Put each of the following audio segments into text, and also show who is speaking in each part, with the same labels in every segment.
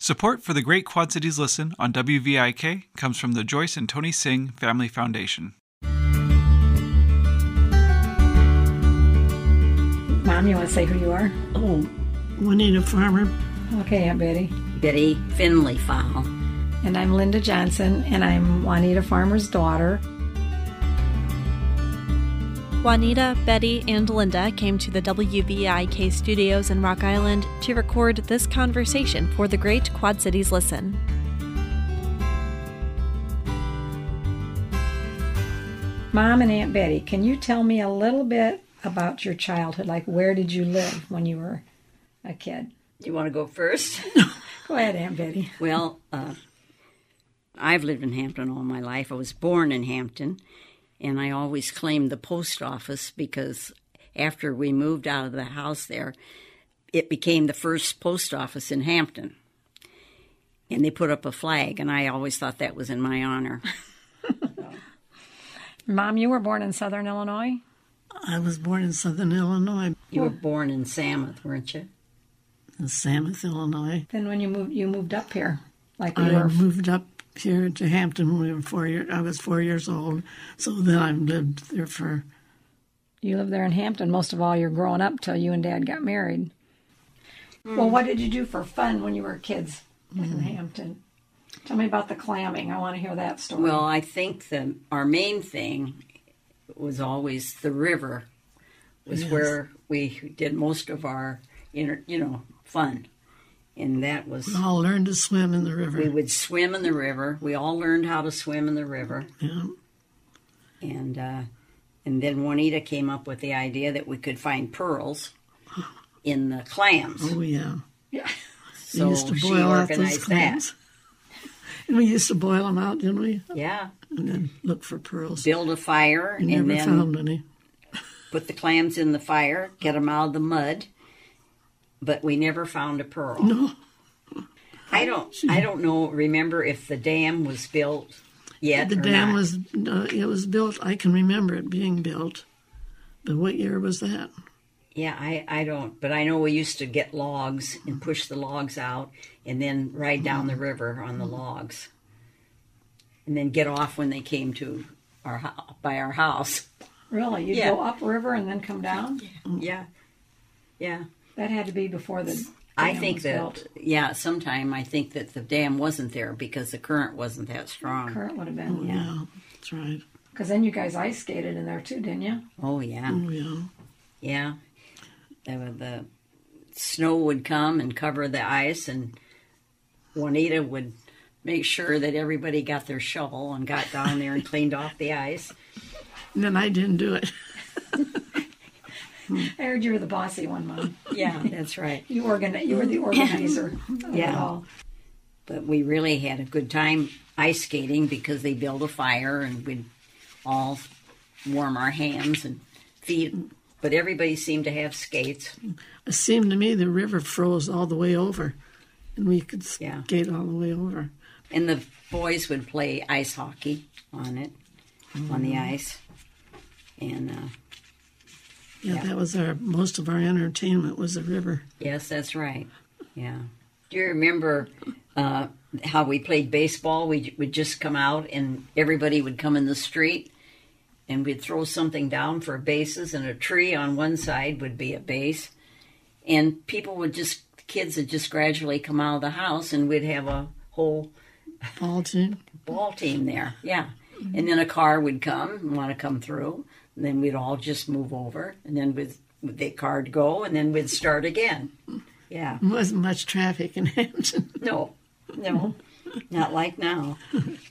Speaker 1: Support for the Great Quad Cities Listen on WVIK comes from the Joyce and Tony Singh Family Foundation.
Speaker 2: Mom, you want to say who you are?
Speaker 3: Oh, Juanita Farmer.
Speaker 2: Okay, Aunt Betty.
Speaker 4: Betty Finley Fowle.
Speaker 2: And I'm Linda Johnson, and I'm Juanita Farmer's daughter.
Speaker 5: Juanita, Betty, and Linda came to the WVIK studios in Rock Island to record this conversation for the great Quad Cities Listen.
Speaker 2: Mom and Aunt Betty, can you tell me a little bit about your childhood? Like, where did you live when you were a kid?
Speaker 4: Do you want to go first?
Speaker 2: Go ahead, Aunt Betty.
Speaker 4: well, uh, I've lived in Hampton all my life. I was born in Hampton, and I always claimed the post office because after we moved out of the house there, it became the first post office in Hampton. And they put up a flag, and I always thought that was in my honor.
Speaker 2: Mom, you were born in Southern Illinois?
Speaker 3: I was born in Southern Illinois,
Speaker 4: You were born in Samoth, weren't you?
Speaker 3: in Samoth, Illinois.
Speaker 2: Then when you moved, you moved up here, like we
Speaker 3: I
Speaker 2: were.
Speaker 3: moved up here to Hampton when we were four year, I was four years old. So then I lived there for
Speaker 2: You lived there in Hampton most of all. You're growing up till you and Dad got married. Well, what did you do for fun when you were kids in Hampton? Tell me about the clamming. I want to hear that story.
Speaker 4: Well, I think the our main thing was always the river was where we did most of our inter, you know fun, and that was
Speaker 3: we all learned to swim in the
Speaker 4: we
Speaker 3: river.
Speaker 4: would swim in the river. We all learned how to swim in the river,
Speaker 3: Yeah.
Speaker 4: and uh, and then Juanita came up with the idea that we could find pearls in the clams.
Speaker 3: Oh yeah.
Speaker 2: yeah.
Speaker 3: We
Speaker 4: So
Speaker 3: used to
Speaker 4: she
Speaker 3: boil out those
Speaker 4: organized that.
Speaker 3: clams. And we used to boil them out, didn't we?
Speaker 4: Yeah,
Speaker 3: And then look for pearls.
Speaker 4: build a fire
Speaker 3: We
Speaker 4: and
Speaker 3: never
Speaker 4: then
Speaker 3: found any.
Speaker 4: put the clams in the fire, get them out of the mud, but we never found a pearl.
Speaker 3: No.
Speaker 4: I don't. I don't know. Remember if the dam was built yet?
Speaker 3: The
Speaker 4: or
Speaker 3: dam
Speaker 4: not.
Speaker 3: was uh, it was built. I can remember it being built, but what year was that?
Speaker 4: Yeah, I. I don't. But I know we used to get logs and push the logs out, and then ride down
Speaker 3: Mm-hmm.
Speaker 4: the river on the logs, and then get off when they came to our hou- by our house.
Speaker 2: Really? You'd
Speaker 4: Yeah.
Speaker 2: go upriver and then come down?
Speaker 3: Mm.
Speaker 4: Yeah, yeah.
Speaker 2: That had to be before the.
Speaker 4: I
Speaker 2: dam
Speaker 4: think
Speaker 2: was
Speaker 4: that
Speaker 2: built.
Speaker 4: yeah. Sometime I think that the dam wasn't there because the current wasn't that strong.
Speaker 2: current would have been.
Speaker 4: Yeah.
Speaker 3: Yeah, that's right.
Speaker 2: Because then you guys ice skated in there too, didn't you?
Speaker 4: Oh yeah.
Speaker 3: Oh yeah,
Speaker 4: Yeah. There were the snow would come and cover the ice, and Juanita would make sure that everybody got their shovel and got down there and cleaned off the ice.
Speaker 3: and then I didn't do it.
Speaker 2: I heard you were the bossy one, Mom.
Speaker 4: Yeah, that's right.
Speaker 2: You organ. You were the organizer. of It
Speaker 4: Yeah.
Speaker 2: all.
Speaker 4: But we really had a good time ice skating because they built a fire and we'd all warm our hands and feet. But everybody seemed to have skates.
Speaker 3: It seemed to me the river froze all the way over, and we could
Speaker 4: Yeah.
Speaker 3: skate all the way over.
Speaker 4: And the boys would play ice hockey on it, on the ice. And uh,
Speaker 3: Yeah,
Speaker 4: Yeah.
Speaker 3: that was our most of our entertainment was the river.
Speaker 4: Yes, that's right. Yeah. Do you remember uh, how we played baseball? We would just come out and everybody would come in the street and we'd throw something down for bases, and a tree on one side would be a base. And people would just, kids would just gradually come out of the house and we'd have a whole
Speaker 3: Ball team.
Speaker 4: ball team there. Yeah. And then a car would come and want to come through. And then we'd all just move over. And then with the car'd go. And then we'd start again. Yeah.
Speaker 3: There wasn't much traffic in Hampton.
Speaker 4: No, no, not like now.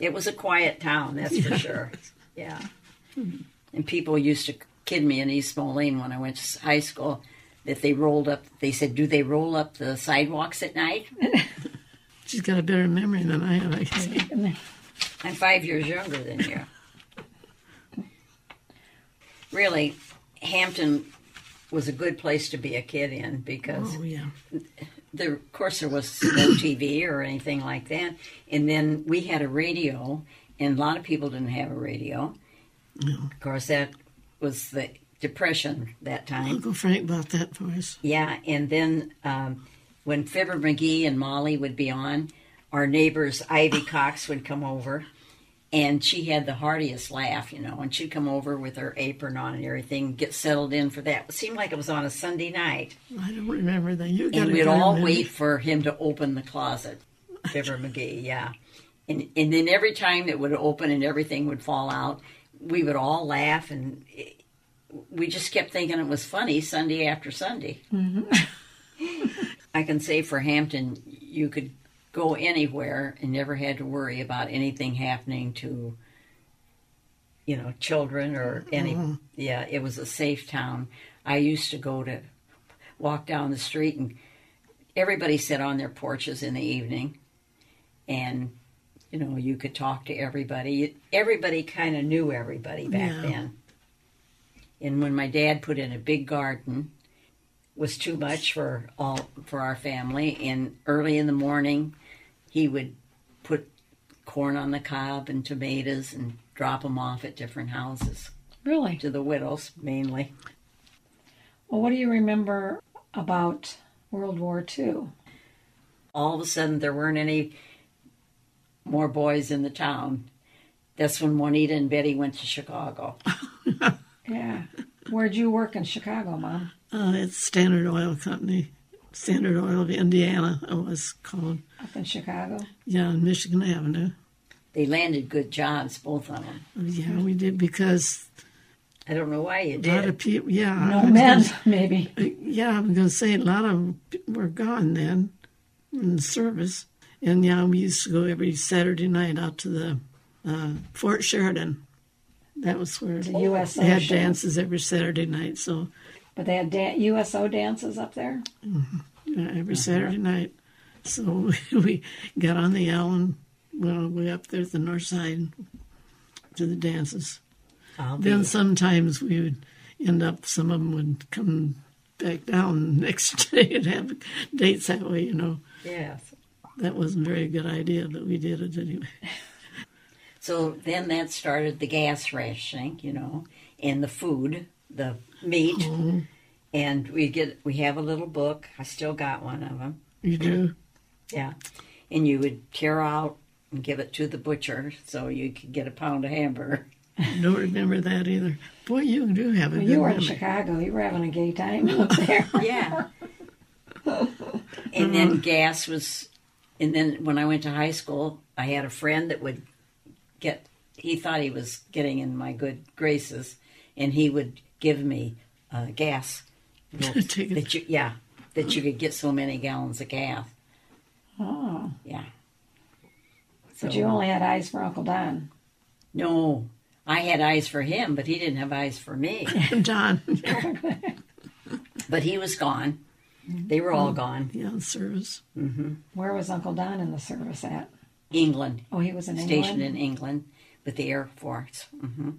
Speaker 4: It was a quiet town, that's for sure. Yeah. And people used to kid me in East Moline when I went to high school that they rolled up, they said, Do they roll up the sidewalks at night?
Speaker 3: She's got a better memory than I have. I guess.
Speaker 4: I'm five years younger than you. Really, Hampton was a good place to be a kid in because
Speaker 3: Oh yeah,
Speaker 4: there, of course, there was no TV or anything like that. And then we had a radio, and a lot of people didn't have a radio. Of course, that was the depression that time.
Speaker 3: Uncle Frank bought that for us.
Speaker 4: Yeah, and then um, when Fibber McGee and Molly would be on, our neighbors Ivy Cox would come over, and she had the heartiest laugh, you know. And she'd come over with her apron on and everything, get settled in for that. It seemed like it was on a Sunday night,
Speaker 3: I don't remember that. You got
Speaker 4: and
Speaker 3: a
Speaker 4: we'd
Speaker 3: good
Speaker 4: all
Speaker 3: memory.
Speaker 4: wait for him to open the closet. Fibber McGee, yeah. And and then every time it would open and everything would fall out, we would all laugh and. It, we just kept thinking it was funny Sunday after Sunday. I can say for Hampton, you could go anywhere and never had to worry about anything happening to, you know, children or any. Yeah, it was a safe town. I used to go to walk down the street and everybody sat on their porches in the evening and, you know, you could talk to everybody. Everybody kind of knew everybody back
Speaker 3: Yeah.
Speaker 4: then. And when my dad put in a big garden, was too much for all for our family and early in the morning he would put corn on the cob and tomatoes and drop them off at different houses
Speaker 2: Really?
Speaker 4: to the widows mainly
Speaker 2: Well, what do you remember about World War II?
Speaker 4: all of a sudden there weren't any more boys in the town that's when juanita and betty went to chicago
Speaker 2: Yeah. Where'd you work in Chicago, Mom?
Speaker 3: Uh, it's Standard Oil Company, Standard Oil of Indiana, it was called.
Speaker 2: Up in Chicago?
Speaker 3: Yeah, on Michigan Avenue.
Speaker 4: they landed good jobs both of them
Speaker 3: Yeah, we did because
Speaker 4: i don't know why you
Speaker 3: a lot of
Speaker 4: did
Speaker 3: people. Yeah,
Speaker 2: No
Speaker 3: I was
Speaker 2: men, maybe.
Speaker 3: gonna- yeah, I'm gonna say a lot of 'em were gone then in the service, and yeah, we used to go every Saturday night out to the uh, Fort Sheridan. That was where
Speaker 2: The US
Speaker 3: they had
Speaker 2: Ocean.
Speaker 3: dances every Saturday night. So
Speaker 2: But they had dan- USO dances up there?
Speaker 3: uh, every
Speaker 2: Uh-huh.
Speaker 3: Saturday night. So we got on the L and well, we up there at the north side to the dances.
Speaker 4: I'll be-
Speaker 3: Then sometimes we would end up. Some of them would come back down the next day and have dates that way. You know,
Speaker 4: yes
Speaker 3: that wasn't a very good idea, but we did it anyway.
Speaker 4: So then that started the gas rationing, you know, and the food, the meat, and we get we have a little book. I still got one of them.
Speaker 3: You do.
Speaker 4: Yeah, and you would tear out and give it to the butcher so you could get a pound of hamburger.
Speaker 3: I don't remember that either. Boy, you do have a
Speaker 2: Well,
Speaker 3: good
Speaker 2: you were in
Speaker 3: memory.
Speaker 2: Chicago. You were having a gay time up there.
Speaker 4: Yeah. and then gas was, and then when I went to high school, I had a friend that would get, he thought he was getting in my good graces, and he would give me uh, gas.
Speaker 3: Take it.
Speaker 4: that you, yeah, that you could get so many gallons of gas.
Speaker 2: Oh.
Speaker 4: Yeah. So,
Speaker 2: But you only had eyes for Uncle Don.
Speaker 4: no, I had eyes for him, but he didn't have eyes for me.
Speaker 3: John,
Speaker 4: but he was gone. They were all gone.
Speaker 3: yeah, in service.
Speaker 2: Where was Uncle Don in the service at?
Speaker 4: England.
Speaker 2: Oh, he was in England.
Speaker 4: stationed in England with the Air Force. hmm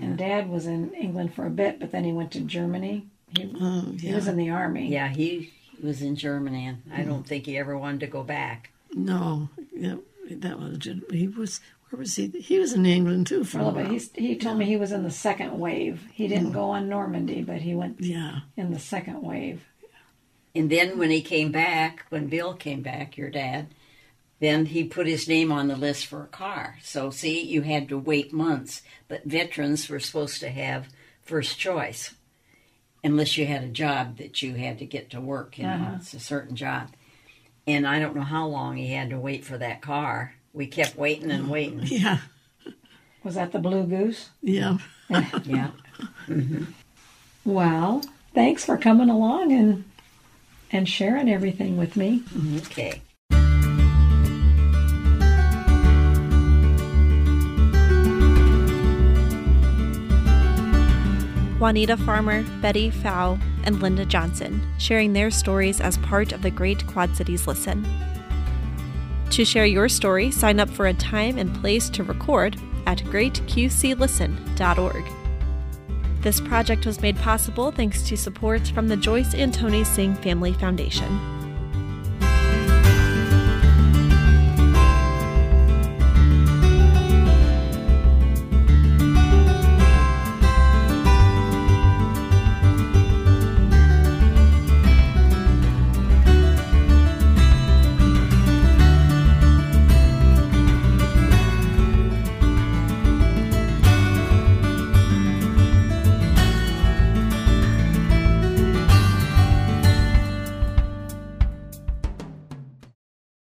Speaker 2: And Dad was in England for a bit, but then he went to Germany. He,
Speaker 3: Oh,
Speaker 2: he was
Speaker 3: yeah.
Speaker 2: in the army.
Speaker 4: Yeah, he was in Germany, and I don't think he ever wanted to go back.
Speaker 3: No, yeah, that was. He was. Where was he? He was in England too for
Speaker 2: Well,
Speaker 3: a
Speaker 2: but
Speaker 3: while.
Speaker 2: he, he told me he was in the second wave. He didn't go on Normandy, but he went
Speaker 3: Yeah.
Speaker 2: in the second wave.
Speaker 4: And then when he came back, when Bill came back, your dad, then he put his name on the list for a car. So see, you had to wait months, but veterans were supposed to have first choice, unless you had a job that you had to get to work. You know, it's a certain job. And I don't know how long he had to wait for that car. We kept waiting and waiting.
Speaker 3: Yeah.
Speaker 2: Was that the Blue Goose?
Speaker 3: Yeah.
Speaker 4: Yeah.
Speaker 2: Well, thanks for coming along and and sharing everything with me.
Speaker 4: Okay.
Speaker 5: Juanita Farmer, Betty Fow, and Linda Johnson, sharing their stories as part of the Great Quad Cities Listen. To share your story, sign up for a time and place to record at greatqclisten.org. This project was made possible thanks to support from the Joyce and Tony Singh Family Foundation.